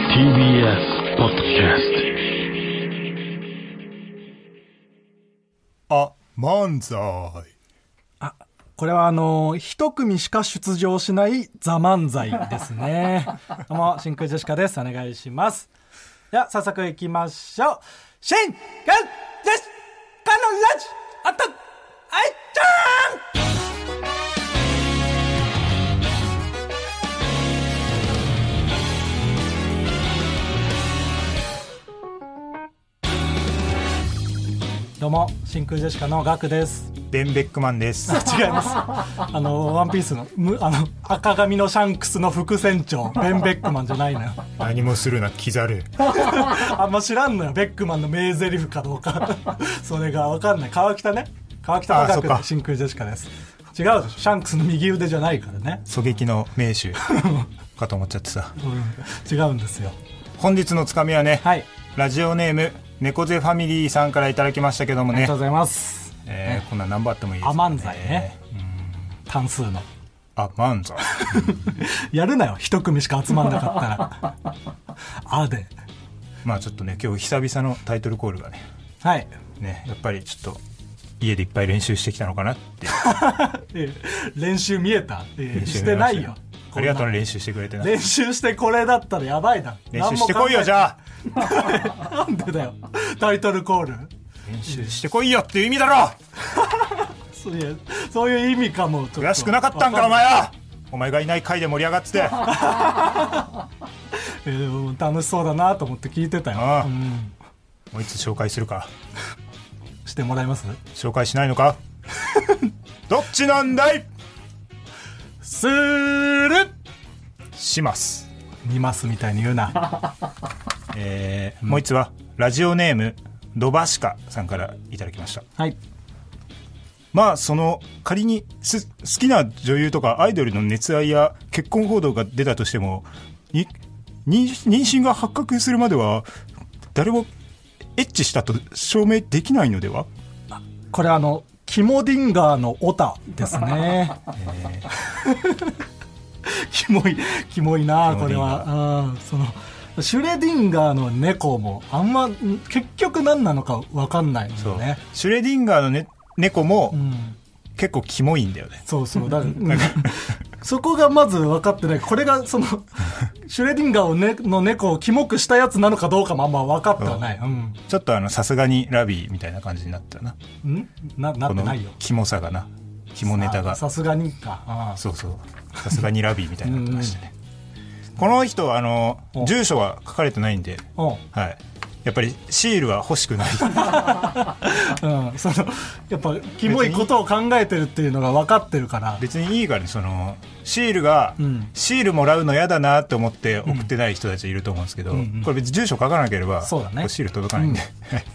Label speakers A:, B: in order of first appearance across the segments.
A: TBS ポッドキャス
B: あ、漫才。
C: これはあのー一組しか出場しないザ漫才ですね。 どうも真空ジェシカです。お願いします。では早速行きましょう。真空ジェシカのラジオあとあいちゃんどうも真空ジェシカのガクです。
B: ベンベックマンです。
C: 違います。あの、ワンピースの、むあの、赤髪のシャンクスの副船長、ベン・ベックマンじゃないのよ。
B: 何もするな、キザル。
C: あんま知らんのよ、ベックマンの名台詞かどうか。それがわかんない。川北ね。川北
B: あそ
C: 高
B: っ
C: く
B: か
C: の真空ジェシカです。違うでしょ、シャンクスの右腕じゃないからね。
B: 狙撃の名手。かと思っちゃってさ。
C: うん違うんですよ。
B: 本日のつかみはね、
C: はい。
B: ラジオネーム、猫背ファミリーさんからいただきましたけども
C: ありが
B: ね
C: とう、ございます。
B: えーこんなん何番あってもいいです
C: ア
B: か
C: マ
B: ね
C: ンザイね。単数の。
B: あ、漫才。
C: やるなよ、一組しか集まんなか ったら。あで。
B: まあちょっとね、今日久々のタイトルコールがね、
C: はい。
B: ね、やっぱりちょっと、家でいっぱい練習してきたのかなっていう
C: ええ練習見えた、ええ
B: 練習
C: し
B: に
C: て
B: りま
C: な
B: した
C: いよ。
B: ありがとうね、練習してくれてな。
C: 練習してこれだったらやばいな
B: 練習してこいよ、じゃあ
C: あなんでだよタイトルコール
B: 練習してこいよっていう意味だろ
C: そういやそういう意味かもちょっと
B: 悔しくなかったんかお前はお前がいない回で盛り上がってて
C: えー楽しそうだなと思って聞いてたよ
B: ああ
C: うん
B: もういつ紹介するか
C: してもらえます
B: 紹介しないのか どっちなんだい
C: する
B: します
C: 見ますみたいに言うな
B: えーもう一つはラジオネームドバシカさんからいただきました
C: はい
B: まあその仮にす好きな女優とかアイドルの熱愛や結婚報道が出たとしてもに妊妊娠が発覚するまでは誰もエッチしたと証明できないのでは
C: これあのキモディンガーのオタで すね、キモいキモいな
B: キモ
C: こ
B: ディ
C: れ
B: ン
C: はうんそのシュレディンガーの猫もあんまん結局何なのか分かんないんだよね
B: シュレディンガーの、ね、猫も
C: うん
B: 結構キモいんだよね。
C: そうそう だからそこがまず分かってないこれがそのシュレディンガーを、ね、の猫をキモくしたやつなのかどうかもあんま分かってはないうん、
B: ちょっとあの、さすがにラビーみたいな感じになったな。
C: ん、ななっ
B: この
C: てないよ
B: キモさがな。キモネタ
C: あ
B: が。
C: さすがにかああ
B: そうそう。さすがにラビーみたいになってましたね。この人はあの、
C: お
B: 住所は書かれてないんで、
C: うん
B: はい。やっぱりシールは欲しくない。
C: うん、そのやっぱキモいことを考えてるっていうのが分かってるから
B: 別にいいからね、その、シールが、
C: うん
B: シールもらうの嫌だなと思って送ってない人たちいると思うんですけど、
C: んうん
B: これ別に住所書かなければ、
C: そうだね
B: こシール届かないんで。はい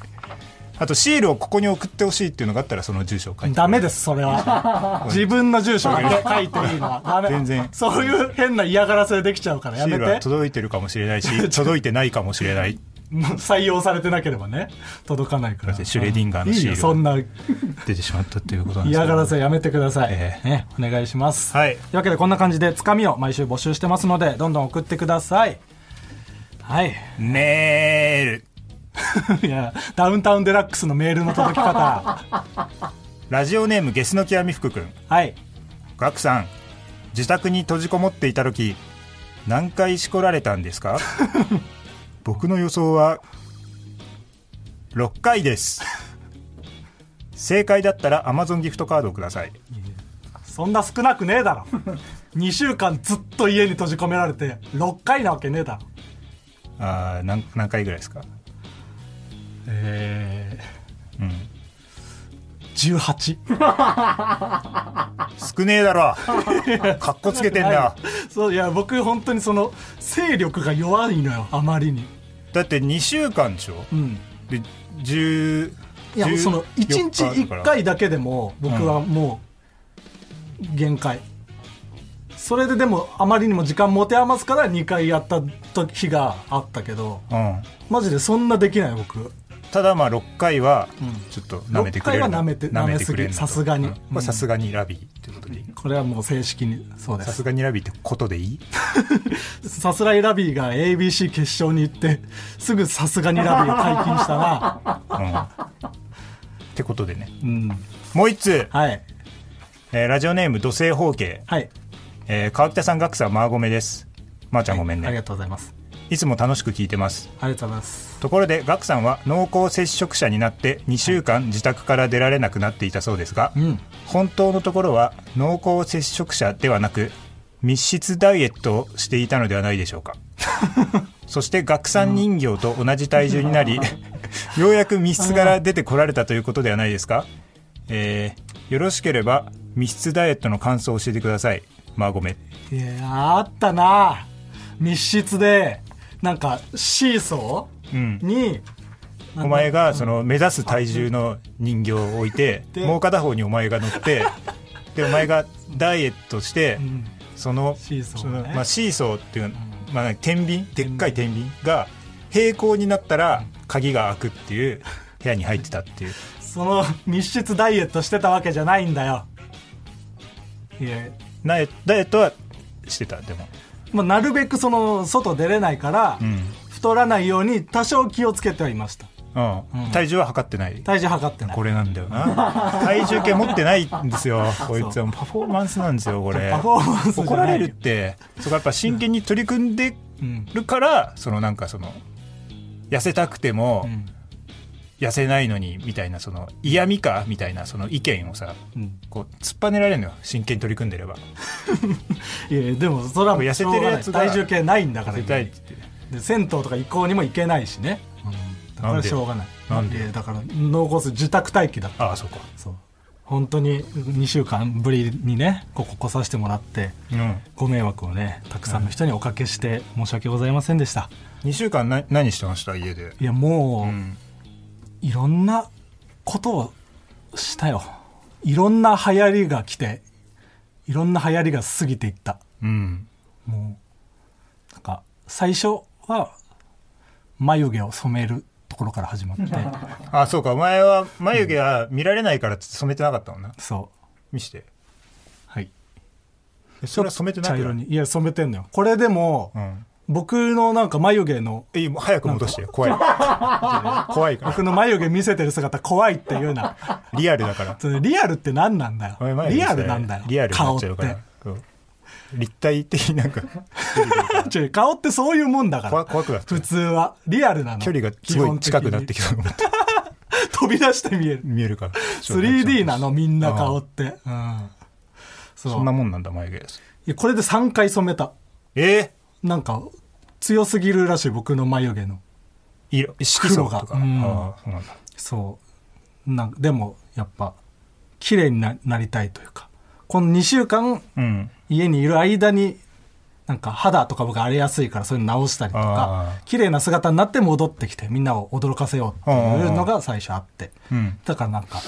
B: あと、シールをここに送ってほしいっていうのがあったら、その住所を書いて。
C: ダメですそれ は自分の住所だけ書いていいのはダメ
B: 全然
C: そういう変な嫌がらせできちゃうからや
B: シー
C: め
B: ルは
C: て
B: 届いてるかもしれ ないし、届いてないかもしれない。
C: もう採用されてなければね届かないか
B: だって
C: ら
B: シュレディンガーのシール
C: いいよそんな
B: 出てしまったということなんです
C: 嫌
B: けど
C: がらせやめてください、
B: ええ
C: ね、お願いします、
B: はい
C: というわけでこんな感じでつかみを毎週募集してますのでどんどん送ってくださいはい
B: メール。
C: いやダウンタウンデラックスのメールの届き方
B: ラジオネームゲスの極み福くん。
C: はい
B: ガクさん、自宅に閉じこもっていた時、何回しこられたんです か僕の予想は、6回です。正解だったら Amazon ギフトカードをください。
C: そんな少なくねえだろ2週間ずっと家に閉じ込められて6回なわけねえだろ
B: あー何何回ぐらいですか
C: え
B: うん。
C: ー、18
B: 少ねえだろかっこつけてんな。
C: そういや僕本当にその勢力が弱いのよあまりに
B: だって2週間でしょ
C: うん
B: で10
C: いや
B: 14
C: その1日
B: あるから
C: 1回だけでも僕はもう限界、それででもあまりにも時間持て余すから2回やった時があったけど
B: うん
C: マジでそんなできない僕
B: ただまあ6回は
C: ん
B: ちょっと舐めてくれる
C: 6回は舐めて
B: 舐めてくれる
C: 舐めすぎ
B: な
C: さすがに
B: うんこれさすがにラビーということでいい
C: これはもう正式にそうで
B: さ
C: す
B: すがにラビーってことでい い
C: さすらいラビーが ABC 決勝に行ってすぐさすがにラビー解禁した な
B: うん、ってことでね
C: うん
B: もう一通、
C: はい
B: えーラジオネーム土星方形、
C: はい
B: えー川北さん岳さんマーゴメですまー、ちゃんごめんね、
C: あり
B: い
C: が、とうございます
B: つも楽しく聞いてます
C: ありがとうございます
B: ところで岳さんは濃厚接触者になって2週間自宅から出られなくなっていたそうですが、
C: うん
B: 本当のところは濃厚接触者ではなく密室ダイエットをしていたのではないでし ょうかそして岳さん人形と同じ体重になり、 ようやく密室から出てこられたということではないですかえー、よろしければ密室ダイエットの感想を教えてくださいまあごめん
C: いやあったな密室でなんかシーソ
B: うん
C: ーに
B: お前がその目指す体重の人形を置いて
C: で
B: もう片方にお前が乗って でお前がダイエットして
C: ん
B: その
C: シーソー
B: その
C: ね
B: まあシーソーっていうまあ天秤でっかい天秤が平行になったら鍵が開くって いう部屋に入ってたっていう
C: その密室ダイエットしてたわけじゃないんだよいや
B: ダイエットダイエットはしてたでも
C: まあ、なるべくその外出れないから、
B: うん
C: 太らないように多少気をつけてはいました
B: うん体重は測ってない
C: 体重測ってない
B: これなんだよな体重計持ってないんです よこいつはパフォーマンスなんですよこれ
C: パフォーマンスじゃない
B: 怒られるってそこはやっぱ真剣に取り組んで
C: うん
B: るからそのなんかその痩せたくても
C: うん
B: 痩せないのにみたいなその嫌味かみたいなその意見をさ
C: うん
B: こう突っぱねられるのよ真剣に取り組んでれば
C: いやいやでもそれはもう
B: 痩せてるやつが
C: しょうがない体重計ないんだか
B: 痩
C: ら
B: せたいって言って
C: で銭湯とか移行にも行けないしね、だか
B: なん
C: ら
B: で
C: しょうがない
B: なんで
C: いやだから濃厚す自宅待機だ
B: ああそうか
C: そう本当に2週間ぶりにねここ来させてもらって
B: うん
C: ご迷惑をねたくさんの人におかけして申し訳ございませんでした、
B: 2週間な何してました家で
C: いやもう、
B: うん
C: いろんなことをしたよいろんな流行りが来ていろんな流行りが過ぎていった
B: うん
C: もうなんか最初は眉毛を染めるところから始まって
B: ああそうかお前は眉毛は見られないからっつって染めてなかったもんな
C: そう
B: 見して
C: はい
B: えそれは染めてな
C: 茶
B: く
C: 色
B: ない
C: にいや染めてんのよこれでも、
B: うん
C: 僕のなんか眉 毛の
B: えいいもう早く戻してよ 怖い怖いか
C: 僕の眉毛見せてる姿怖いっていうな
B: らリアルだから
C: それリアルって何なんだよ
B: お前眉毛
C: リア
B: さ
C: ルなんだよ
B: リアルにな
C: 顔
B: っ
C: っ
B: ちゃ
C: て
B: うからうん立体的になん か
C: 違う顔って そういうもんだから
B: 怖怖くなって
C: 普通はリアルなの
B: 距離がすごい近くなって
C: 基
B: きたのが
C: 本的に 飛び出して見える
B: 見えるから
C: 3D なのみんな顔
B: あ
C: っ
B: あ
C: てうんそう
B: そんなもんなんだ眉毛です
C: いやこれで3回染めた
B: え
C: なんか強すぎるらしい僕の眉毛の
B: ー、色色素と
C: 黒
B: か
C: がうん
B: ああそうなんだ
C: そうなんでもやっぱ綺麗にななりたいというかこの2週間
B: うん
C: 家にいる間になんか肌とか僕荒れやすいからそういうの直したりと
B: あ
C: か
B: あ
C: 綺麗な姿になって戻ってきてみんなを驚かせようっていうのが最初あって
B: うん
C: だからなんか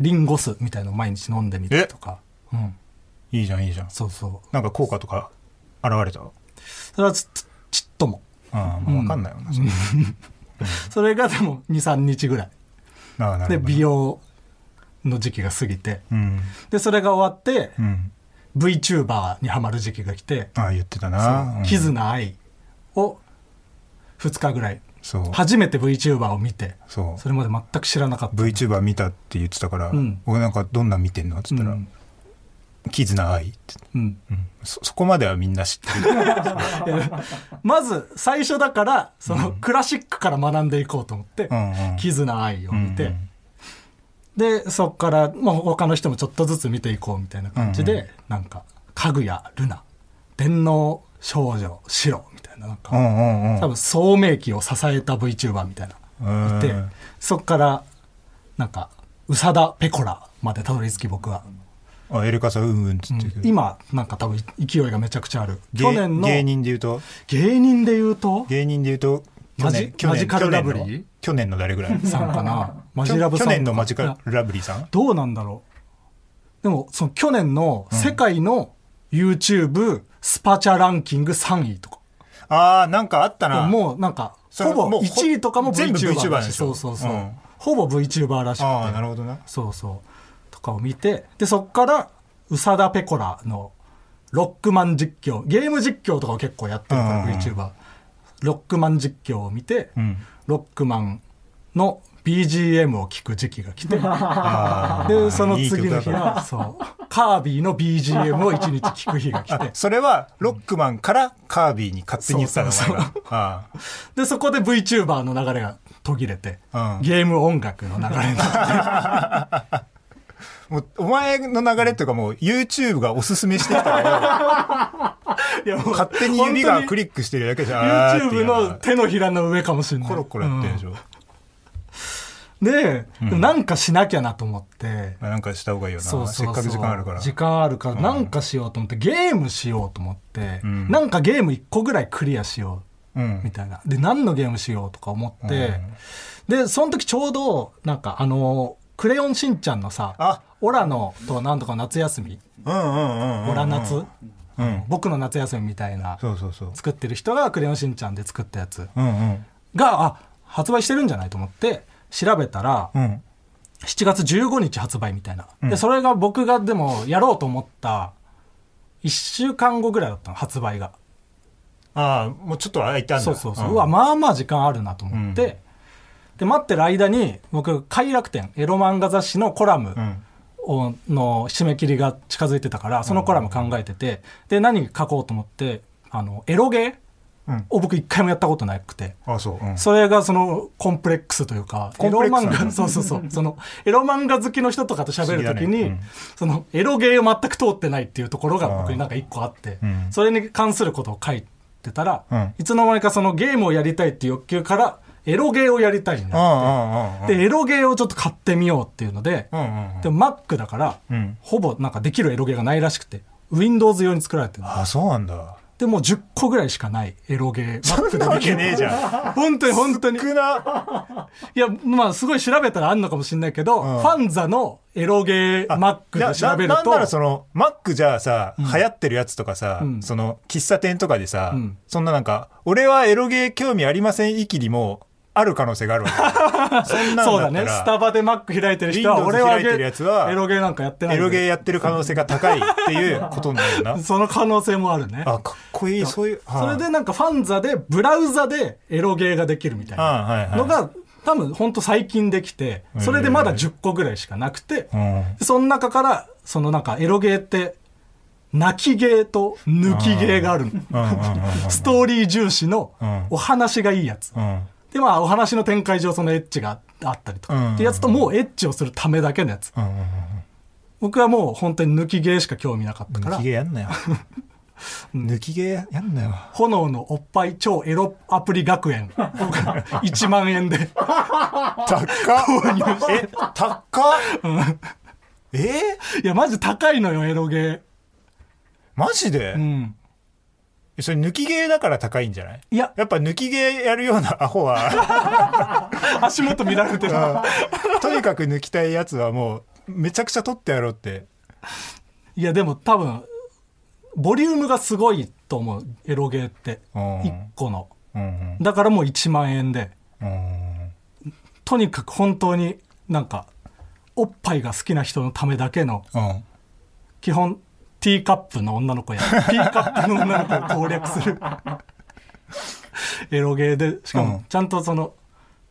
C: リンゴ酢みたいのを毎日飲んでみてとか、うん、
B: いいじゃんいいじゃん
C: そうそう
B: なんか効果とか現れた
C: それはちっちっとも
B: ああ、まあ、分かんないよな、それ
C: それがでも23日ぐらい
B: ああなる
C: で
B: ほど
C: 美容の時期が過ぎて
B: うん
C: でそれが終わって
B: うん
C: VTuber にはまる時期が来て
B: ああ言ってたな
C: 「キズナアイ」を2日ぐらい
B: そう
C: 初めて VTuber を見て
B: そう
C: それまで全く知らなかった
B: VTuber 見たって言ってたから、
C: うん
B: 俺なんかどんなん見てんのって言ったら
C: う
B: 「絆
C: ん
B: キズナアイ」って
C: うん
B: そそこまではみんな知って る
C: いやまず最初だからそのクラシックから学んでいこうと思って
B: うんうん
C: 「キズナアイ」を見
B: う
C: て
B: ん
C: でそこから、まあ、他の人もちょっとずつ見ていこうみたいな感じで、なんか「かぐやルナ」「電脳少女シロ」みたいななん
B: う
C: か、
B: んうんうん
C: 多分聡明期を支えた VTuber みたいな
B: うん
C: でそこからなんか宇佐田ペコラまでたどり着き僕は、
B: あエルカさんうんうんっつってるけど、
C: 今なんか多分勢いがめちゃくちゃある
B: 芸
C: 去年の
B: 芸人で言うと
C: 芸人で言うと
B: 芸人で言うと去
C: マジ
B: 年去年
C: マジカルラブリ
B: 去
C: ー
B: 年の去年の誰ぐらい
C: さんかなマジラブさ
B: 去
C: ん
B: 年のマジ
C: い
B: カ
C: や
B: ルラブリーさん
C: どうなんだろうでもその去年の世界の YouTube スパチャランキング3位とか、
B: ああなんかあったな
C: もうなんか
B: それは
C: ほぼ
B: もうほ
C: 1位とかも
B: 全部
C: VTuber らしい
B: でし
C: そ
B: ょ
C: うそうそう、
B: ん
C: ほぼ VTuber らしくて
B: ああなるほどな
C: そうそうとかを見てでそっから宇佐田ペコラのロックマン実況ゲーム実況とかを結構やってるから、
B: うんうんうん
C: VTuber ロックマン実況を見て、
B: うん
C: ロックマンの BGM を聞く時期が 来て
B: あー
C: でその次の
B: いい曲
C: 日
B: だから
C: はそうカービィの BGM を1日聞く日が来
B: あ
C: て
B: それはロックマンからカービィに勝手に言ってたの
C: そうそうそう
B: お前がああ
C: でそこで VTuber の流れが途切れて、
B: うん
C: ゲーム音楽の流れになって
B: もうお前の流れというかもう YouTube がおすすめしてきた から
C: いやもう
B: 勝手に指が
C: 本当
B: クリックしてるだけじゃんあーって言い
C: YouTube
B: なが
C: の
B: ら
C: 手のひらの上かもしれない
B: コロコロやってるでしょ、
C: うんで、でもなんかしなきゃなと思って
B: まあなんかした方がいいよな
C: そうそうそう
B: せっかく時間あるから
C: 時間あるからなんかしようと思って、ゲームしようと思って、
B: うん
C: なんかゲーム1個ぐらいクリアしよ
B: う
C: う
B: ん
C: みたいなで何のゲームしようとか思って、でその時ちょうどなんかあの「クレヨンしんちゃん」のさ
B: あ
C: 「オラの」と「なんとか夏休み」
B: うんうんうんうん
C: オラ夏、
B: うん
C: 僕の夏休みみたいな
B: そうそうそう
C: 作ってる人が「クレヨンしんちゃん」で作ったやつ
B: うんうん
C: があ発売してるんじゃないと思って調べたら、
B: うん
C: 7月15日発売みたいな、
B: う
C: で
B: ん
C: それが僕がでもやろうと思った1週間後ぐらいだったの発売が
B: ああもうちょっと空いたんだ
C: そうそうそう、
B: ん
C: うわまあまあ時間あるなと思って、
B: う
C: で待ってる間に僕快楽天エロ漫画雑誌のコラム
B: うん
C: をの締め切りが近づいてたからそのコラム考えてて、で何書こうと思ってあのエロゲ
B: う
C: ー
B: ん
C: を僕一回もやったことなくて、
B: あそううん
C: それがそのコンプレックスというか、
B: コ
C: エ
B: ン
C: ロ
B: プレックス
C: 漫
B: なの
C: 画、そう そうそう、そのエロ漫画好きの人とかと喋るとき
B: 不思議
C: に、
B: だねうん
C: そのエロゲーを全く通ってないっていうところが僕になんか一個あって、
B: うん
C: それに関することを書いてたら、
B: うん
C: いつの間にかそのゲームをやりたいっていう欲求から、エロゲーをやりたいに
B: うん
C: な
B: うんうん
C: って、で、エロゲーをちょっと買ってみようっていうので、
B: うんうんうん
C: でも Mac だから、
B: うん
C: ほぼなんかできるエロゲーがないらしくて、Windows 用に作られてるの
B: あそうなん だ
C: で、もう10個ぐらいしかないエロゲー。
B: そんなわけねえじゃん
C: 本当に本当に。
B: 少ない
C: や、まあ、すごい調べたらあんのかもしれないけど、
B: うん
C: ファンザのエロゲーマックで調べる
B: ななん
C: と、
B: ならそのマックじゃあさ、流行ってるやつとかさ、
C: うん
B: その喫茶店とかでさ、
C: うん
B: そんななんか「俺はエロゲー興味ありません」域にもある可能性があるわ けそんな
C: そうだ
B: んだ
C: ね、
B: っ
C: ス
B: た
C: タ
B: ら
C: バでマック開いてる人は、
B: Windows
C: 俺は
B: 開いてるやつは
C: エロゲーなんかやってない
B: エ
C: んだ
B: ロ
C: よ。
B: ゲーやってる可能性が高いっていうことになるな
C: その可能性もあるね。
B: あかっこいいそういう
C: それでなんかファンザで、ブラウザでエロゲーができるみたいな
B: はいはいはい
C: のが、多分ほんと最近できて、それでまだ10個ぐらいしかなくて、
B: うん
C: その中から、そのなんかエロゲーって、泣きゲーと抜きゲーがある
B: う
C: の。
B: んうんうん
C: ストーリー重視の
B: うん
C: お話がいいやつ。
B: うんうん
C: で、まあ、お話の展開上、そのエッチがあったりと
B: うん
C: か。ってやつと、もうエッチをするためだけのやつ。
B: うんうん
C: 僕はもう本当に抜きゲーしか興味なかったか
B: 抜
C: ら
B: き、ゲーやん なよ抜きゲーやんなよ
C: 炎のおっぱい超エロアプリ学園。僕は1万円で。
B: 高っえ高っえ
C: いや、マジ高いのよ、エロゲ
B: マジで、
C: ー。うん。
B: それ抜きゲーだから高いんじゃない
C: いや、
B: やっぱ抜きゲーやるようなアホは
C: 足元見られてる。
B: とにかく抜きたいやつはもうめちゃくちゃ取ってやろうって
C: いや、でも多分、ボリュームがすごいと思う、エロゲーって。
B: うん
C: 1個の。
B: うん
C: だからもう1万円で。
B: うん
C: とにかく本当になんかおっぱいが好きな人のためだけの
B: うん
C: 基本ティーカップの女の子やティーカップの女の子を攻略す るエロゲーでしか
B: う
C: も
B: ん
C: ちゃんとその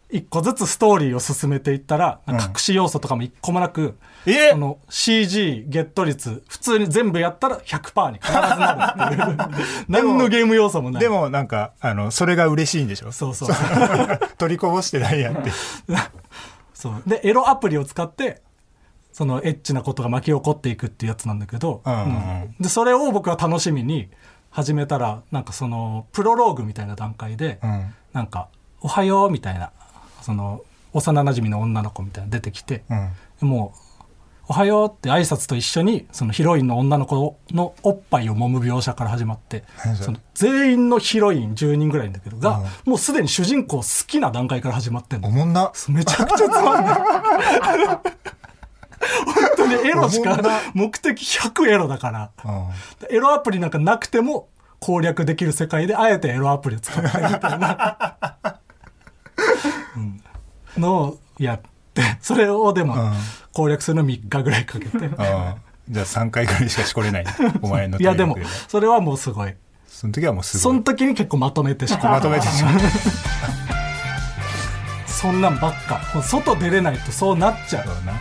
C: 一個ずつストーリーを進めていったら
B: ん
C: 隠し要素とかも一個もなく、
B: え
C: この CG ゲット率普通に全部やったら100%に必ずなるっていう 何のゲーム要素もない
B: でもなんかあのそれが嬉しいんでしょ
C: そうそう
B: 取りこぼしてないやって
C: そう。で、エロアプリを使って、そのエッチなことが巻き起こっていくっていうやつなんだけど、
B: うんうん
C: うんで、それを僕は楽しみに始めたら、なんかその、プロローグみたいな段階で、
B: うん
C: なんか、おはようみたいな、その、幼馴染の女の子みたいなの出てきて、
B: うん
C: もう、おはようって挨拶と一緒に、そのヒロインの女の子のおっぱいを揉む描写から始まって
B: 何、それ
C: その全員のヒロイン10人ぐらいいんだけどが、
B: うん
C: もうすでに主人公好きな段階から始まってんの
B: お。もんな
C: めちゃくちゃつまんない。本当にエロし
B: おもんな
C: か目的100エロだから。
B: うん
C: エロアプリなんかなくても攻略できる世界であえてエロアプリを使ってるみたいな。のをやってそれをでも
B: うん
C: 攻略するの3日ぐらいかけて
B: あーじゃあ3回ぐらいしかしこれ ない。お前の
C: いやでも
B: 体力は
C: それはもうすごい
B: その時はもうす
C: そ
B: ごい。
C: の時に結構まとめてしまう
B: まとめてしま う。
C: そんなんばっかもう外出れないとそうなっちゃう
B: そうだな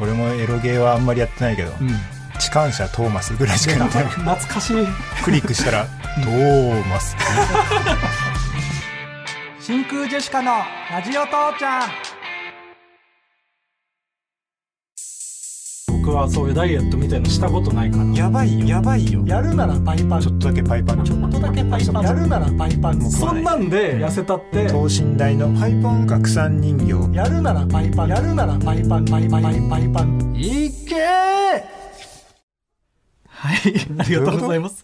B: 俺もエロゲーはあんまりやってないけど、
C: うん、うん、
B: 痴漢者トーマスぐらいしかやってない。
C: 懐かしい
B: クリックしたら、トーマス。
C: 真空ジェシカのラジオ父ちゃん僕はそういうダイエットみたいのしたことないから
B: やばいよ。やばいよ。
C: やるならパイパン
B: ちょっとだけパイパン。
C: ちょっとだけパイパンやるならパイパンそんなんで痩せたって
B: 等身大のパイパン拡散人形。
C: やるならパイパンやるならパイパンパイパンパイパンパイパンいけーはいありがとうございます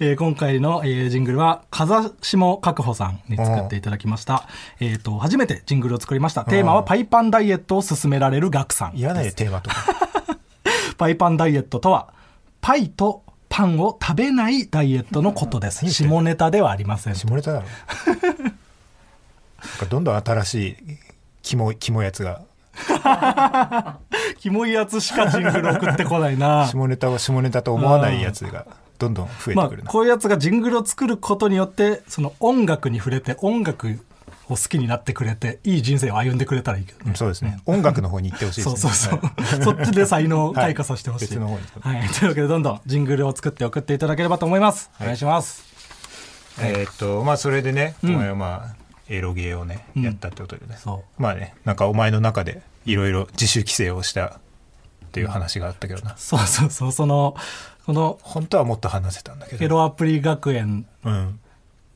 C: えー今回の、えージングルは風下確保さんに作っていただきました、えー、と初めてジングルを作りましたテーマは「パイパンダイエットを勧められるガクさん」
B: いらないでテーマとか。
C: パイパンダイエットとは、パイとパンを食べないダイエットのことです。
B: 言ってんの
C: 下ネタではありません。
B: 下ネタだろなんかどんどん新しいキモいキモいやつが
C: キモいやつしかジングル送ってこな いな。
B: 下ネタを下ネタと思わないやつがどんどん増え
C: ま
B: て
C: あ
B: くる、な、
C: こういうやつがジングルを作ることによって、その音楽に触れて、音楽を好きになってくれて、いい人生を歩んでくれたらいいけど
B: う
C: ね。
B: んそうですね音楽の方に行ってほしいです
C: そう
B: ね
C: そうそう
B: はい。
C: そっちで才能を開花させてほしい。
B: はい別の方に
C: はい。というわけで、どんどんジングルを作って送っていただければと思います。お願いします。
B: えーっとまあそれでね、お前はまあエロゲーをねやったってことでね、
C: そ
B: まあねなんかお前の中でいろいろ自主規制をしたっていう話があったけどな、
C: そうそうそう、その、この、
B: 本当はもっと話せたんだけ
C: エ
B: ど
C: ロアプリ学園
B: うん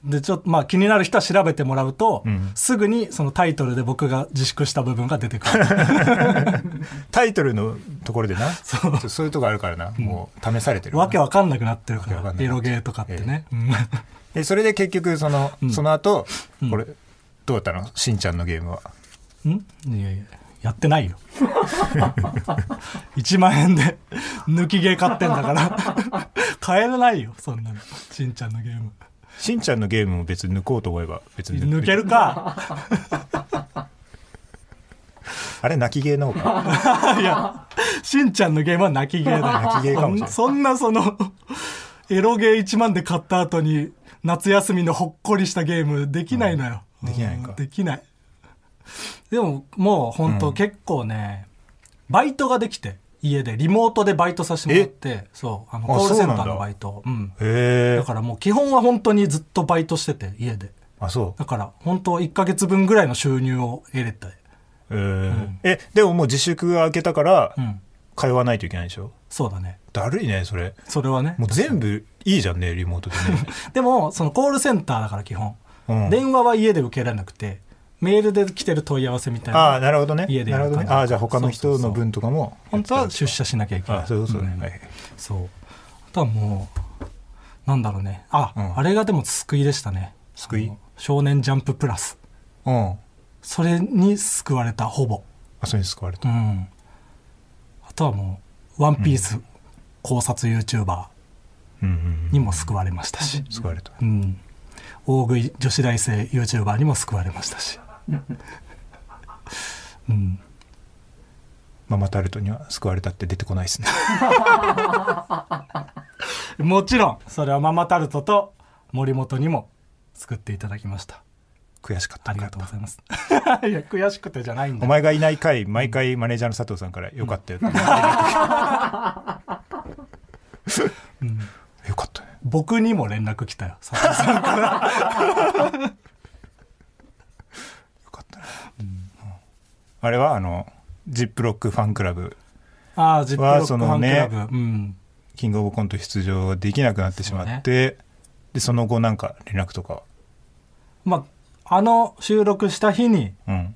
C: でちょっとまあ気になる人は調べてもらうと、
B: ん
C: すぐにそのタイトルで僕が自粛した部分が出てくる
B: タイトルのところでな
C: そう
B: ちょそういうとこあるからな、もう試されてる
C: わけわかんなくなってるか
B: わけわ
C: ら
B: かんない
C: エロゲーとかってね、うん
B: でそれで結局その、その後、これどうだったのしんちゃんのゲームは
C: うんいやいややってないよ 1万円で抜きゲー買ってんだから 買えないよそんなのしんちゃんのゲーム
B: しんちゃんのゲームも別に抜こうと思えば別に
C: 抜けるか
B: あれ泣きゲーの 方か
C: いやしんちゃんのゲームは泣きゲーだ
B: 泣きゲーかもしれない
C: そんなその、エロゲー1万で買った後に、夏休みのほっこりしたゲームできないのよ。
B: うんできないか
C: うんできない。でも、もう本当結構ね、バイトができて、家で、リモートでバイトさせてもらって、そう、あの、
B: あ
C: コールセン
B: そう
C: ター
B: なんだ
C: のバイト。うん。
B: へえ
C: だからもう基本は本当にずっとバイトしてて、家で。
B: あそ
C: だから、本当1ヶ月分ぐらいの収入を得れて。
B: うへーえでももう自粛が明けたから
C: うん。
B: 通わないといけないでしょ
C: そうだね。
B: だるいねそれ
C: それはね
B: も。う全部いいじゃんねリモートでね
C: でも、そのコールセンターだから基本。
B: うん
C: 電話は家で受けられなくてメールで来てる問い合わせみたい
B: ああ
C: な
B: なるほどね
C: 家でや
B: なるほ
C: る
B: どね
C: 感じ
B: ああじゃあ他の
C: そう
B: 人
C: そうそ
B: の
C: う
B: 分とかも
C: 本当は出社しなきゃいけない
B: あそういうことね、
C: ん
B: はい
C: そうあとはもうなんだろうねあ、
B: うん
C: あれがでも救いでしたね
B: 救い
C: あの少年ジャンププラス
B: うん
C: それに救われたほぼ
B: あそれに救われ
C: う
B: た
C: んあとはもう「ワンピース考察 YouTuber
B: うんうん
C: にも救われましたし、
B: 救われた
C: うん、大食い女子大生 YouTuber にも救われましたし うん
B: ママタルトには救われたって出てこないですね
C: もちろんそれはママタルトと森本にも作っていただきました
B: 悔しかった
C: ありがとうございます いや悔しくてじゃないん
B: お
C: だ
B: 前がいない回、毎回マネージャーの佐藤さんから、よかったよって。 よかったね。
C: 僕にも連絡 来たよ佐藤さんから
B: よかったね。あれは、あの、ジップロックファンクラブ、
C: ああジップロック
B: そ
C: ファ
B: の
C: ンク
B: ね
C: ラブ、うん
B: キングオブコント出場できなくなってしまって、で、その後なんか連絡とか、
C: まああの収録した日に
B: うん、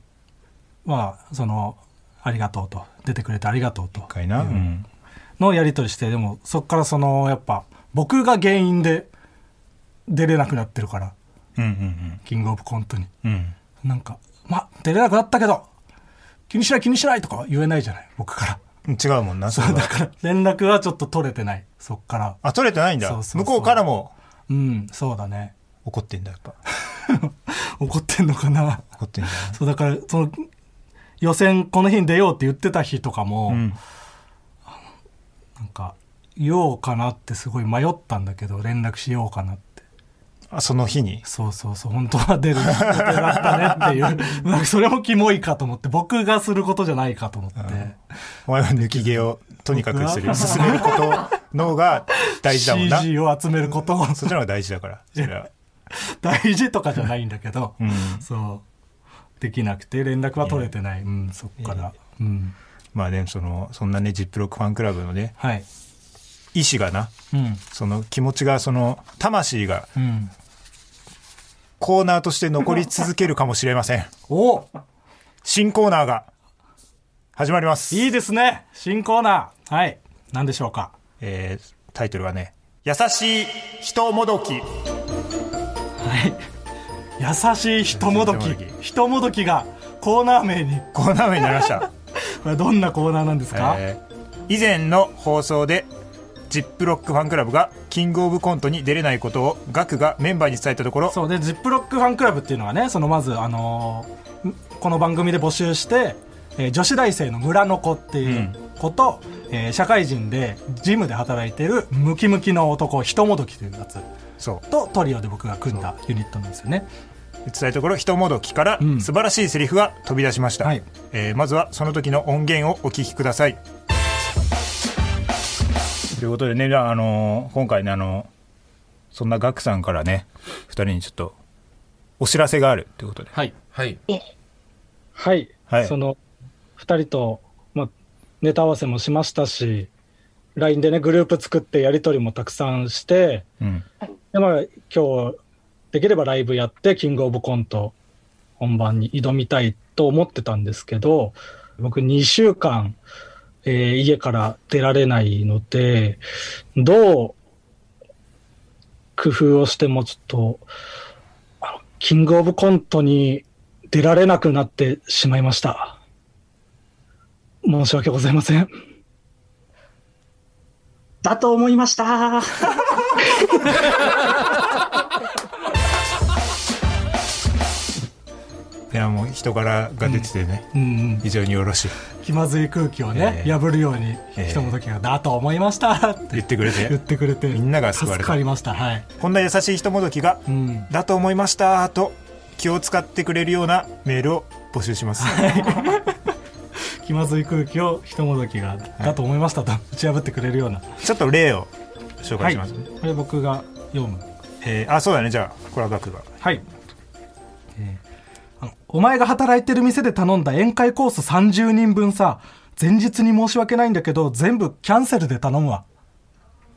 C: まあそのありがとうと出てくれてありがとうと
B: 一回な、うん。
C: のやり取りしてでもそっからそのやっぱ僕が原因で出れなくなってるから
B: うんうん
C: キングオブコントに
B: うん。うん。
C: なんか、ま、出れなくなったけど、気にしない気にしないとかは言えないじゃない、僕から。
B: 違うもんな、それは
C: だから、連絡はちょっと取れてない、そっから。
B: あ、取れてないんだ。
C: そうそうそう
B: 向こうからも
C: うん、そうだね。
B: 怒ってんだ、やっぱ。
C: 怒ってんのかな。
B: 怒ってんだな。
C: そう、だから、その、予選この日に出ようって言ってた日とかも、
B: うん
C: なんか言おうかなってすごい迷ったんだけど連絡しようかなって
B: あその日に
C: そうそうそう本当は出る 予定だった ねっていうなんかそれもキモいかと思って僕がすることじゃないかと思って、
B: お前は抜き毛をとにかくする進めることの方が大事だも んな
C: CG を集めることを
B: そっちの方が大事だからそれは、
C: 大事とかじゃないんだけど、
B: うん、
C: そうできなくて連絡は取れてない、うん、そっから、うん、
B: まあでもそのそんなねジップロックファンクラブのね
C: はい、
B: 意志がな
C: うん
B: その気持ちがその魂が
C: うん、
B: コーナーとして残り続けるかもしれません
C: お
B: 新コーナーが始まります、
C: いいですね新コーナーはい何でしょうか
B: えータイトルはね「優しい人もどき
C: はい優しいひともどき
B: ひともどき
C: ひともどきがコーナー名に」
B: コーナー名になりました、
C: これどんなコーナーなんですか、
B: えー以前の放送でジップロックファンクラブがキングオブコントに出れないことをガクがメンバーに伝えたところ
C: そうでジップロックファンクラブっていうのはねそのまず、あのーんこの番組で募集して、えー女子大生の村の子っていう子と、えー社会人でジムで働いてるムキムキの男ひともどきというやつ
B: そう
C: とトリオで僕が組んだユニットなんですよね
B: 伝えたところひともどきから
C: うん
B: 素晴らしいセリフが飛び出しました、
C: はい
B: えーまずはその時の音源をお聞きくださいということでねじゃあ、あのー今回ねあのーそんなガクさんからね2人にちょっとお知らせがあるということで
D: はい。
A: はい。
D: はい。
B: はい
D: その、二人と、まあ、ネタ合わせもしましたし、LINE でね、グループ作ってやりとりもたくさんして、
B: うん
D: で、まあ、今日、できればライブやって、キングオブコント本番に挑みたいと思ってたんですけど、僕2週間、えー家から出られないので、どう工夫をしてもちょっと、あのキングオブコントに出られなくなってしまいました。申し訳ございません。
E: だと思いました。
B: いやもう人柄が出ててね、
C: うんうん
B: 非常によろしい
C: 気まずい空気をね、
B: えー
C: 破るように
B: えー
C: ひともどきが「だと思いました」って
B: 言ってくれて
C: 言ってくれて
B: みんなが救われ
C: 助
B: た
C: かりましたはい、
B: こんな優しいひともどきが
C: うん
B: 「だと思いました」と気を使ってくれるようなメールを募集し ます
C: 気まずい空気をひともどきが「だと思いました」と打ち破ってくれるような
B: ちょっと例を紹介しますね、
C: これ僕が読む
B: えーあそうだねじゃあこれはガクが
C: はい、えーあのお前が働いてる店で頼んだ宴会コース30人分さ前日に申し訳ないんだけど全部キャンセルで頼むわ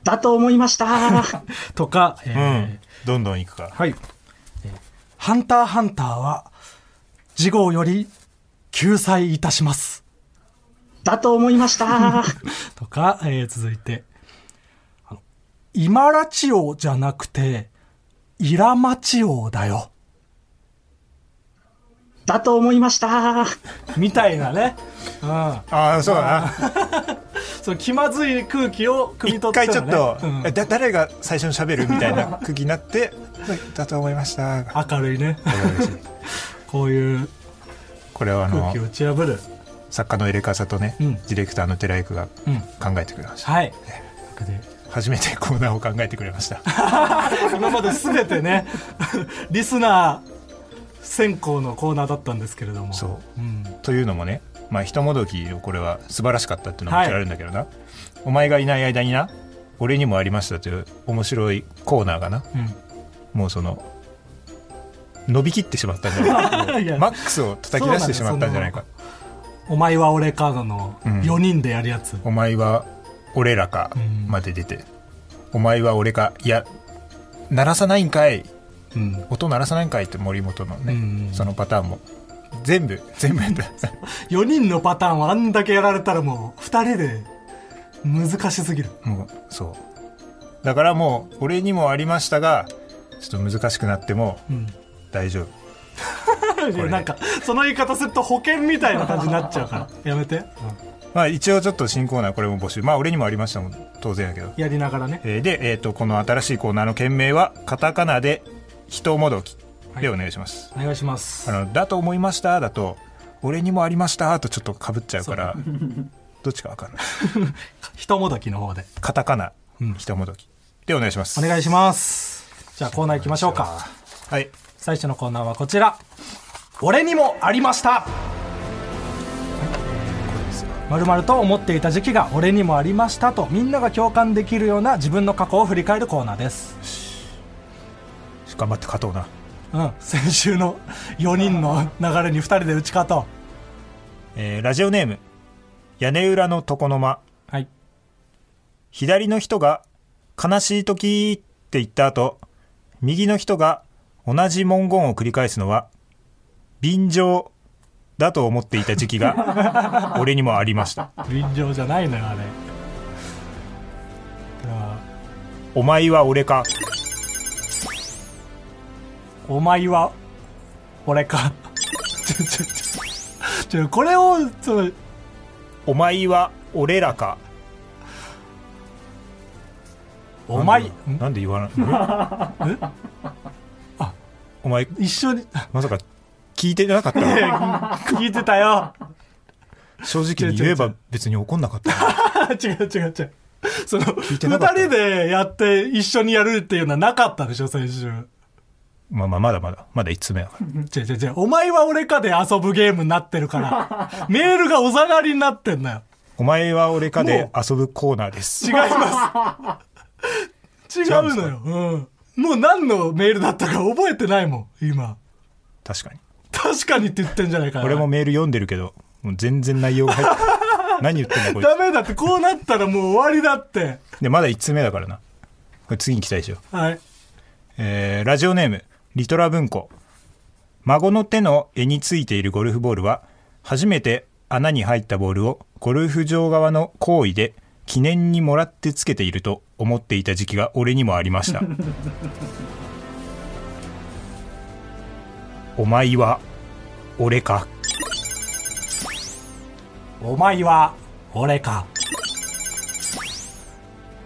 E: だと思いました。
C: とか、え
B: う
C: ー
B: んどんどんいくから
C: はい、えーハンターハンターは次号より救済いたします
E: だと思いました。
C: とか、えー続いてあのイマラチオじゃなくてイラマチオだよ
E: だと思いました。
C: みたいなね、うん、
B: ああそうだな
C: その気まずい空気を汲み
B: 一
C: 取っ
B: 回
C: て、ね、
B: ちょっと、
C: うん
B: えだ誰が最初に喋るみたいな空気にな ってだと思いました
C: 明るいね こういう
B: これはあ
C: 空
B: の
C: 気を打ち破る、
B: 作家のエレカサとね、
C: うん
B: ディレクターの寺井君が
C: うん、
B: 考えてくれました
C: はいというわ
B: 初めてコーナーを考えてくれま した
C: けで今まで全て ねリスナー選考のコーナーだったんですけれども、
B: そう
C: ん、
B: というのもねまあひともどきをこれは素晴らしかったっていうのも言ってられるんだけどな、お前がいない間にな俺にもありましたという面白いコーナーがなもうその伸びきってしまったんじ ゃないか
C: うんいや
B: マックスを叩き出してしまったんじゃないか
C: お前は俺かの
B: うん
C: 4人でやるやつ、
B: お前は俺らか
C: うん
B: まで出て、お前は俺かいや鳴らさないんかい
C: うん
B: 音鳴らさないんかいって森本のね、
C: うん
B: そのパターンも全部全部やった
C: 4人のパターンをあんだけやられたらもう2人で難し すぎる
B: もうそうだからもう俺にもありましたがちょっと難しくなっても
C: うん
B: 大丈夫
C: いやなんかその言い方すると保険みたいな感じになっちゃうから やめて、
B: まあ一応ちょっと新コーナーこれも募集まあ俺にもありましたもん当然やけど
C: やりながらね
B: えーで、えー、とこの新しいコーナーの件名はカタカナで「人もどき」
C: はい
B: でお願いします、
C: お願いします
B: あのだと思いましただと俺にもありましたとちょっとかぶっちゃう から、どっちかわかんない。
C: ひともどきの方で
B: カタカナ、ひともどき。で、お願いします。
C: お願いしますじゃあコーナー行きましょうか
B: はい。
C: 最初のコーナーはこちら俺にもありましたまるまると思っていた時期が俺にもありましたとみんなが共感できるような自分の過去を振り返るコーナーです
B: 頑張って勝とうな。
C: うん先週の4人の流れに2人で打ち勝と
B: えーラジオネーム、屋根裏の床の間。
C: うはい
B: 左の人が悲しい時って言った後、右の人が同じ文言を繰り返すのは、便乗だと思っていた時期が、俺にもありました。
C: 臨場じゃないのよあれでは
B: お前は俺か。
C: お前は俺かちょちょちょちょこれをその
B: お前は俺らか。
C: お前ん
B: なんで言わない
C: え
B: お前、
C: 一緒に
B: まさか聞いてなかった
C: 聞いてたよ
B: 正直に言えば別に怒んなかった。
C: 違う違う違うその
B: てなかった
C: 二人でやって一緒にやるっていうのはなかったでしょ先週違
B: まあまあ、まだまだ、まだ1つ目だから。
C: う違う違うお前は俺かで遊ぶゲームになってるから メールがお下がりになってんのよ
B: お前は俺かで遊ぶコーナーです。
C: 違います。違うのよ。うん。もう何のメールだったか覚えてないもん、今。
B: 確かに。
C: 確かにって言ってんじゃないかな。
B: 俺も。メール読んでるけど、もう全然内容が入ってない。何言ってんだこい
C: ダメだって、こうなったらもう終わりだって。
B: つ。で、まだ1通目だからな。これ次に来たいでしょ。
C: はい。
B: えー、ラジオネーム、リトラ文庫。孫の手の柄についているゴルフボールは、初めて穴に入ったボールをゴルフ場側の行為で記念にもらってつけていると思っていた時期が俺にもありました。お前は、俺か。
C: お前は、俺か。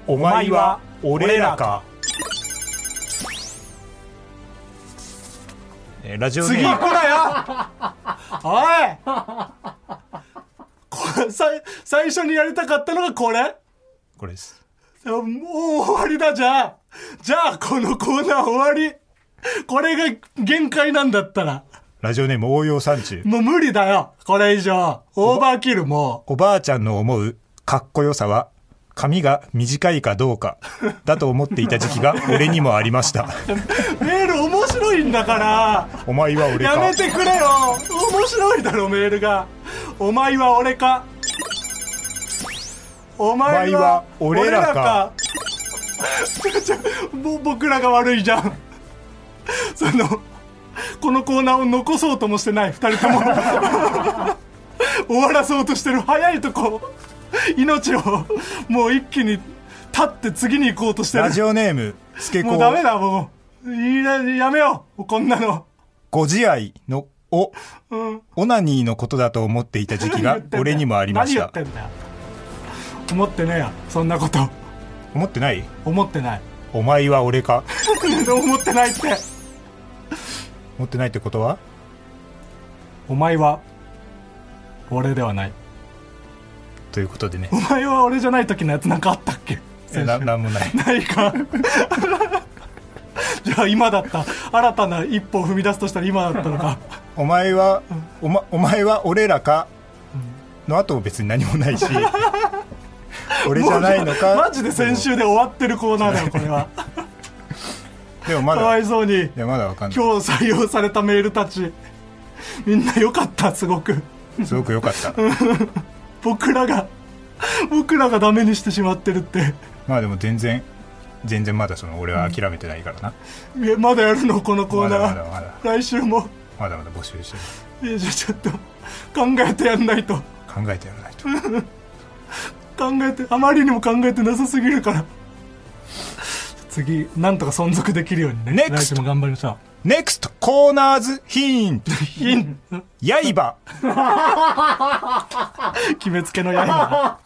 B: お前は、俺らか。えーラジオネ
C: 次
B: ー
C: 行
B: ム
C: くなよおいこれ、さい最初にやりたかったのがこれ
B: これです。
C: もう終わりだじゃあじゃあこのコーナー終わりこれが限界なんだったら
B: ラジオネーム応用三中。
C: もう無理だよこれ以上オーバーキルも
B: おばあちゃんの思うかっこよさは髪が短いかどうかだと思っていた時期 が俺にもありました
C: うメール面白いんだから
B: お前は俺
C: や
B: か
C: めてくれよ面白いだろメールがお前は俺かお前は
B: お前は俺らか
C: ちょちょぼ僕らが悪いじゃんそのこのコーナーを残そうともしてない2人とも終わらそうとしてる早いとこ命をもう一気に立って次に行こうとしてる
B: ラジオネームスケ
C: も
B: コ
C: うダメだもういいややめようこんなの
B: ご自愛のお
C: うん
B: オナニーのことだと思っていた時期が俺にもありまし
C: 何言ったてんだよ思ってねえやそんなこと
B: 思ってない
C: 思っ てない
B: お前は俺か
C: 思ってないって
B: 思ってないってことは
C: お前は俺ではない
B: ということでね
C: お前は俺じゃない時のやつなんかあったっけ
B: えななんもない
C: ないか じゃあ今だった新たな一歩を踏み出すとしたら今だったの か
B: お前はお,、ま、お前は俺らかの後も別に何もない し俺じゃないのか
C: マジで先週で終わってるコーナーだよこ れは
B: でもま
C: か
B: だ
C: わ
B: い
C: いそうに
B: やまだわかんない
C: 今日採用されたメールたちみんな良かったすごく
B: すごく良かった
C: 僕らが僕らがダメにしてしまってるって
B: まあでも全然全然まだその俺は諦めてないからな、
C: いやまだやるのこのコー
B: まだ
C: ナー
B: まだまだ
C: 来週も
B: まだまだ募集してる
C: いやじゃあちょっと考えてやんないと
B: 考えてやらないと
C: 考えてあまりにも考えてなさすぎるから次なんとか存続できるようにね
B: Next
C: 来週も頑張りましょ
B: NEXT コーナーズヒント
C: うヒン
B: 刃
C: 決めつけの刃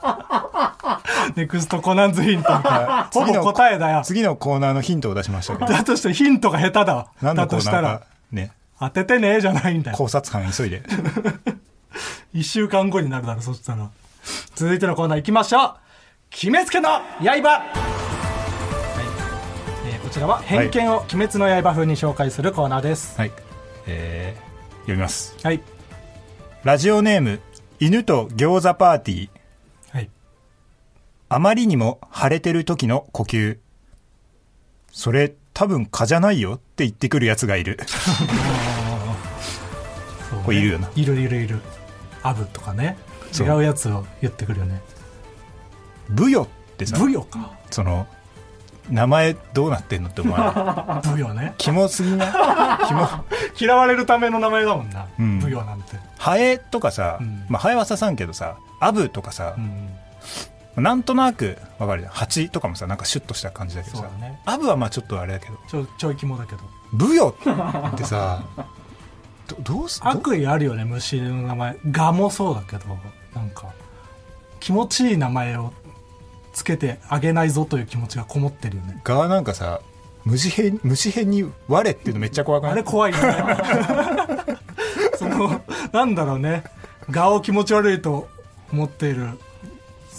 C: ネクストコナンズヒ ントみたいな ほぼ答えだよ
B: 次のコーナーのヒントを出しましたけど
C: だとしてヒントが下手だわ
B: 何
C: だ
B: のコ
C: と
B: ー
C: し
B: ナ
C: た
B: ー
C: ら
B: かね
C: 当ててねえじゃないんだよ
B: 考察班急いで
C: 1週間後になるだろそしたら続いてのコーナー行きましょう決めつけの刃、はいえーこちらは偏見を鬼滅の刃風に紹介するコーナーです
B: はい。えー、読みます。
C: はい
B: ラジオネーム、犬と餃子パーティー。
C: はい
B: あまりにも腫れてる時の呼吸。それ、多分蚊じゃないよって言ってくるやつがいる。
C: そうね
B: これいるよない
C: るいるいるアブとかね違
B: そう
C: うやつを言ってくるよね
B: ブヨってさ、
C: ブヨか
B: その、名前どうなってんのって思わ ない。
C: ブヨね
B: キモすぎないキモ。
C: 嫌われるための名前だもんな、
B: うん
C: ブヨなんて、
B: ハエとかさ、
C: うん
B: まあハエは刺さんけどさ、アブとかさ
C: う、ん、
B: なんとなくわかるじゃん。ハチとかもさ、なんかシュッとした感じだけど
C: そ
B: さ
C: うだ、ね
B: アブはまあちょっとあれだけど、
C: ちょちょい肝だけど
B: ブヨってさ、どどうすど
C: 悪意あるよね虫の名前ガもそうだけどなんか気持ちいい名前をつけてあげないぞという気持ちがこもってるよね
B: がなんかさ虫編虫編に「我」っていうのめっちゃ怖くない
C: あれ怖いよね そのなんだろうねガを気持ち悪いと思っている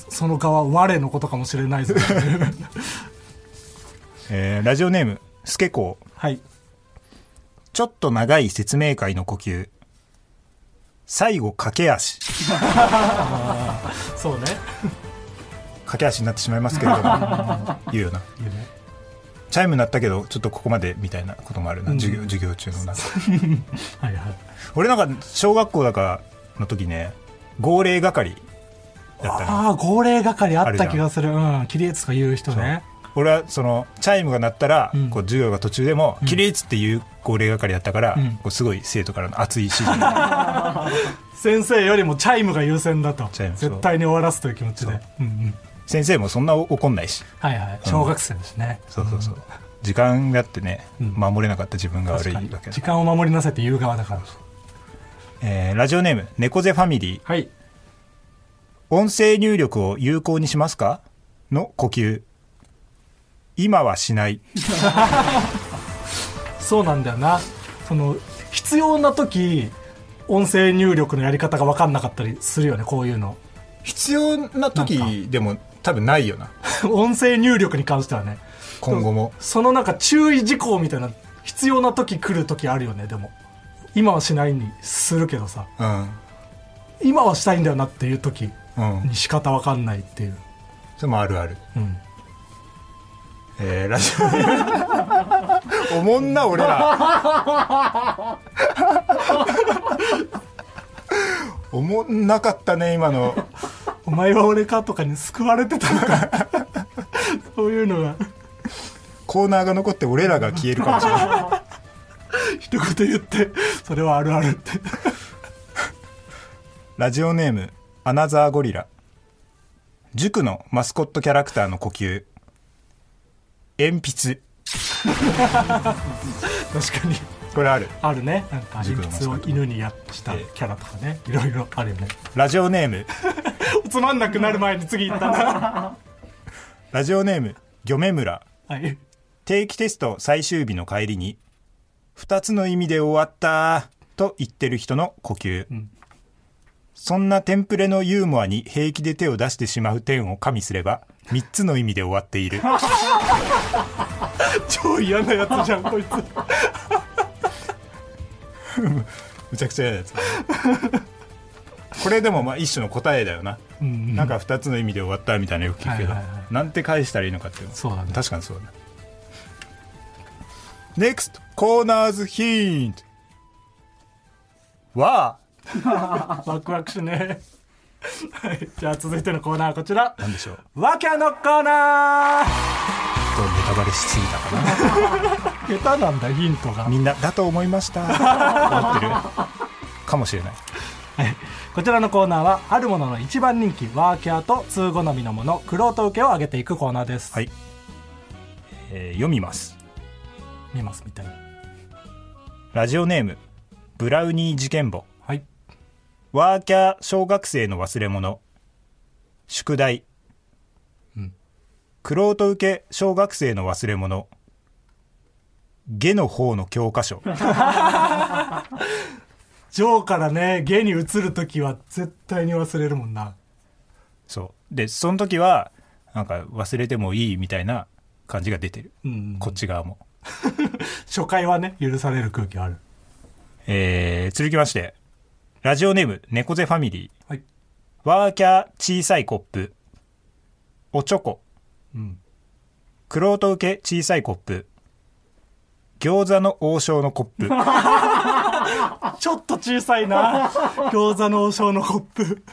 C: そのガは我のことかもしれないぞ
B: えーラジオネームスケコウ
C: はい
B: ちょっと長い説明会の呼吸最後駆け足
C: そうね
B: 駆け足になってしまいますけれども 言うよない
C: いね
B: チャイム鳴ったけどちょっとここまでみたいなこともあるな、
C: うん
B: 授業授業中の中
C: はいはい
B: 俺なんか小学校だからの時ね号令係だったの
C: ああ号令係あ
B: あ
C: っ
B: るじ
C: た
B: ゃん
C: 気がするうんキリエツとか言う人ね
B: 俺はそのチャイムが鳴ったら、
C: うん
B: こう授業が途中でも「起立!」っていう号令係だったから、
C: うん
B: こうすごい生徒からの熱い指示
C: 先生よりもチャイムが優先だと
B: チャイム
C: 絶対に終わらすという気持ちで
B: そう
C: う、んうん、
B: 先生もそんな怒んないし
C: はいはい小学生ですね、
B: そうそうそう、時間だってね、
C: うん
B: 守れなかった自分が悪い
C: 確
B: わ
C: か
B: け
C: に
B: だ
C: 時間を守りなさいって言う側だから
B: えーラジオネーム猫背ファミリー
C: はい
B: 音声入力を有効にしますかの呼吸今はしない
C: そうなんだよなその必要な時音声入力のやり方が分かんなかったりするよねこういうの
B: 必要な時でも多分ないよな
C: 音声入力に関してはね
B: 今後も
C: そのなんか注意事項みたいな必要な時来る時あるよねでも今はしないにするけどさ
B: うん
C: 今はしたいんだよなっていう時
B: うん
C: に仕方分かんないっていう、
B: それもあるある
C: うん、
B: えーラジオネーム おもんな俺ら おもんなかったね今の
C: お前は俺かとかに救われてたのか そういうのが
B: コーナーが残って俺らが消えるかもしれない
C: 一言言ってそれはあるあるって
B: ラジオネームアナザーゴリラ塾のマスコットキャラクターの呼吸鉛筆
C: 確かに
B: これある
C: あるねなんか鉛筆を犬にやしたキャラとかねいろいろあるよね
B: ラジオネーム
C: つまんなくなる前に次行ったな
B: ラジオネーム魚目村
C: はい
B: 定期テスト最終日の帰りに2つの意味で終わったと言ってる人の呼吸、
C: ん
B: そんなテンプレのユーモアに平気で手を出してしまう点を加味すれば3つの意味で終わっている
C: 超嫌なやつじゃんこいつ
B: むちゃくちゃ嫌なやつこれでもまあ一種の答えだよな、
C: うん
B: なんか2つの意味で終わったみたいなのよく聞くけど、
C: はいはいは
B: なんて返したらいいのかっていうの
C: そうだね
B: 確かにそうだね NEXT コーナーズヒントは
C: ワクワクしねはいじゃあ続いてのコーナーはこちら
B: 何でしょう
C: ワキャのコーナー
B: ちょっとネタバレしすぎたか な
C: 下手なんだヒントが
B: みんなだと思いました思ってるかもしれない
C: こちらのコーナーはあるものの一番人気ワーキャーと通好みのものクロート受けを上げていくコーナーです、
B: はい、えー読みます
C: 見ますみたいに
B: ラジオネームブラウニー事件簿
C: はい
B: ワーキャー小学生の忘れ物宿題くろうと受け小学生の忘れ物下の方の教科書
C: ジョーからね、芸に移るときは絶対に忘れるもんな。
B: そうでその時はなんか忘れてもいいみたいな感じが出てる、
C: うん
B: こっち側も、
C: 初回はね、許される空気ある。
B: えー、続きましてラジオネーム猫背ファミリー、
C: はい
B: ワーキャー小さいコップおちょこ
C: うん。
B: クロート受け小さいコップ餃子の王将のコッ プ
C: ちょっと小さいな。 餃子の王将のコップ。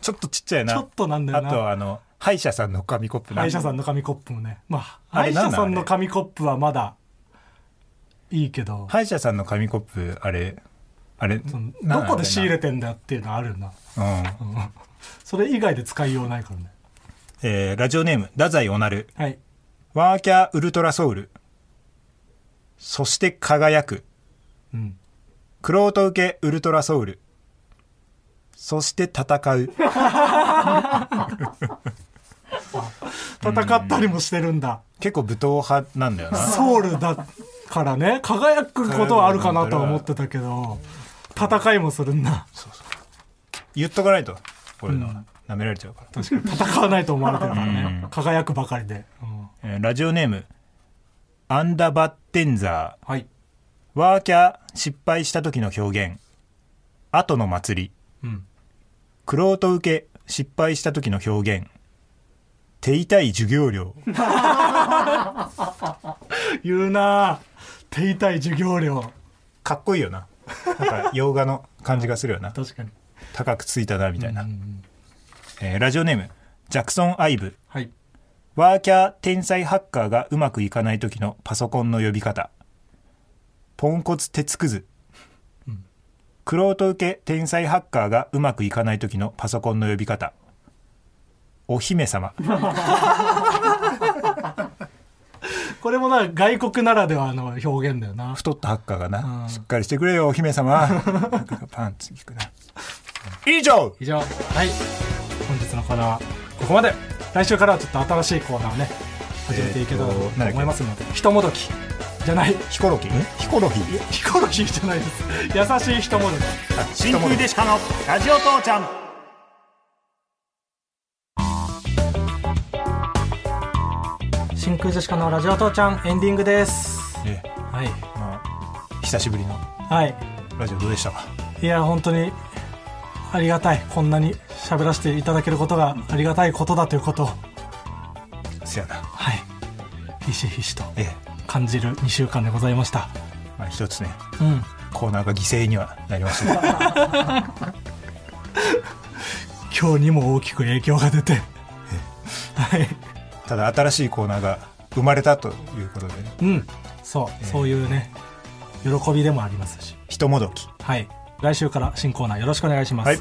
B: ちょっとちっちゃいな
C: ちょっとなんだよ
B: あ
C: な。
B: とはあの歯医者さんの紙コップな
C: 歯医者さんの紙コップもね。まあ、
B: あ
C: 歯
B: れ
C: 医
B: なん
C: 者
B: だ
C: さんの紙コップはまだいいけど、
B: 歯医者さんの紙コップあれあれ
C: その
B: な
C: どこで仕入れてんだよっていうのはあるよな。
B: うん
C: それ以外で使いようないからね。
B: えーラジオネーム太宰おなる
C: はい。
B: ワーキャーウルトラソウルそして輝く
C: うん。
B: クロート受けウルトラソウルそして戦う
C: 戦ったりもしてるんだ。
B: 結構武闘派なん だよな
C: ソウルだからね、輝くことはあるかなとは思ってたけど、戦いもするんだ。
B: 言っとかないとこれの舐められちゃうから、
C: 戦わないと思われてるからね。輝くばかりで。うん
B: えーラジオネームアンダバッテンザー
C: はい。
B: ワーキャー失敗した時の表現後の祭り
C: うん。
B: クロート受け失敗した時の表現手痛い授業料
C: 言うなぁ。手痛い授業料。
B: かっこいいよななんか洋画の感じがするよな
C: 確かに。
B: 高くついたなみたいな、えーラジオネームジャクソン・アイブ
C: はい。
B: ワーキャー天才ハッカーがうまくいかない時のパソコンの呼び方ポンコツ鉄くずクロート受け天才ハッカーがうまくいかない時のパソコンの呼び方お姫様
C: これもな、外国ならではの表現だよな。
B: 太ったハッカーが
C: う
B: な、
C: ん
B: しっかりしてくれよお姫 様パンツ聞くな以上
C: 以上。はい。本日のコーナーはここまで。来週からはちょっと新しいコーナーをね、始めていけたらと
B: えーとなんだっけ
C: 思いますので、ひともどきじゃない。
B: ヒコロヒーヒコロヒー
C: ヒコロヒーじゃないです。優しいひともどき。
B: 真空でしかのラジオ父ちゃん
C: 真空ジェシカのラジオ父ちゃんエンディングです。
B: え
C: はい。
B: まあ、久しぶりの
C: はい。
B: ラジオどうでしたか
C: いや、本当にありがたい。こんなに喋らせていただけることがありがたいことだということを、
B: せやな
C: はい。ひしひしと
B: ええ
C: 感じる2週間でございました。
B: まあ一つね
C: うん。
B: コーナーが犠牲にはなりま したが
C: 今日にも大きく影響が出て。 はい。
B: ただ新しいコーナーが生まれたということでね
C: うん。そう、そういうね、喜びでもありますし。
B: ひともどき
C: はい。来週から新コーナーよろしくお願いします。は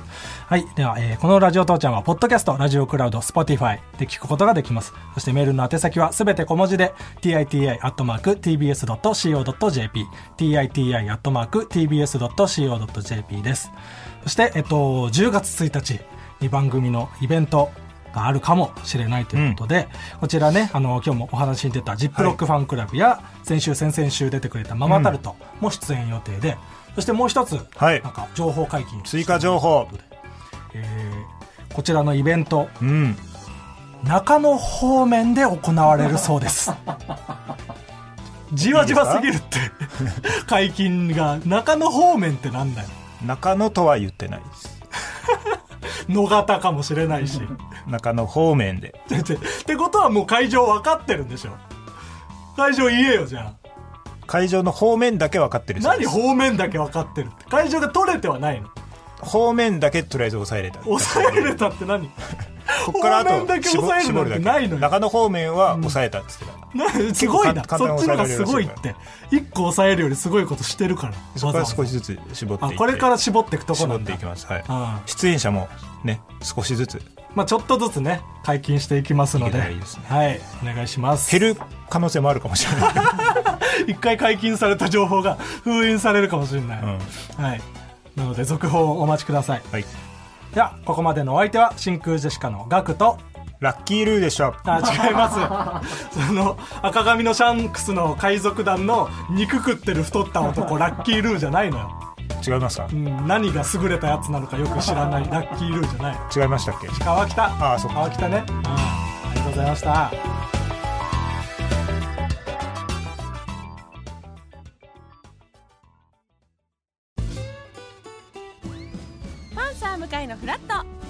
B: はいい。
C: では、えーこのラジオ父ちゃんは、ポッドキャスト、ラジオクラウド、スポティファイで聞くことができます。そしてメールの宛先はすべて小文字で、titi.tbs.co.jp、titi.tbs.co.jp です。そして、えっと、10月1日に番組のイベント、があるかもしれないということで、こちらねあの今日もお話に出たジップロックファンクラブや、先週先々週出てくれたママタルトも出演予定で、そしてもう一つ、
B: はい
C: なんか情報解禁
B: 追加情報
C: えーこちらのイベント
B: うん
C: 中野方面で行われるそうですじわじわすぎるって解禁が中野方面ってなんだよ
B: 中野とは言ってないです
C: 野方かもしれ ないし
B: 中野方面で
C: だってってことはもう会場分かってるんでしょ会場言えよじゃあ
B: 会場の方面だけ分かってるそうで
C: 何
B: す
C: 方面だけ分かってるって会場が取れてはないの
B: 方面だけとりあえず抑えれた
C: 抑えれたって何
B: こっからあ
C: 方面
B: と
C: だけ抑えるなんてないのよ
B: 中野方面は抑えたっつってた、
C: なすごいな
B: 結構簡
C: そっちの
B: 簡単に抑え
C: 方が
B: られる
C: すごいって一個抑えるよりすごいことしてるから
B: そこから
C: わざ
B: 少
C: わ
B: し
C: ざ
B: ずつ絞ってい
C: あ
B: って
C: これから絞っていくとこ
B: 絞
C: な
B: っ
C: ん
B: て
C: だ
B: いきますはい
C: ああ
B: 出演者もね少しずつ
C: まあ、ちょっとずつね解禁していきますので
B: いけたらいいですね
C: はいお願いします
B: 減る可能性もあるかもしれない、
C: 一回解禁された情報が封印されるかもしれない、はいなので続報をお待ちください
B: はい、
C: ではここまでのお相手は真空ジェシカのガクと
B: ラッキールーでした
C: あ違います その赤髪のシャンクスの海賊団の肉食ってる太った男ラッキールーじゃないのよ
B: 違いますか
C: うん、何が優れたやつなのかよく知らないラッキールーじゃない
B: 違いましたっけ
C: 川北
B: ああそっか
C: 川北ね、うん、ありがとうございました
F: パンサー向かいのフラット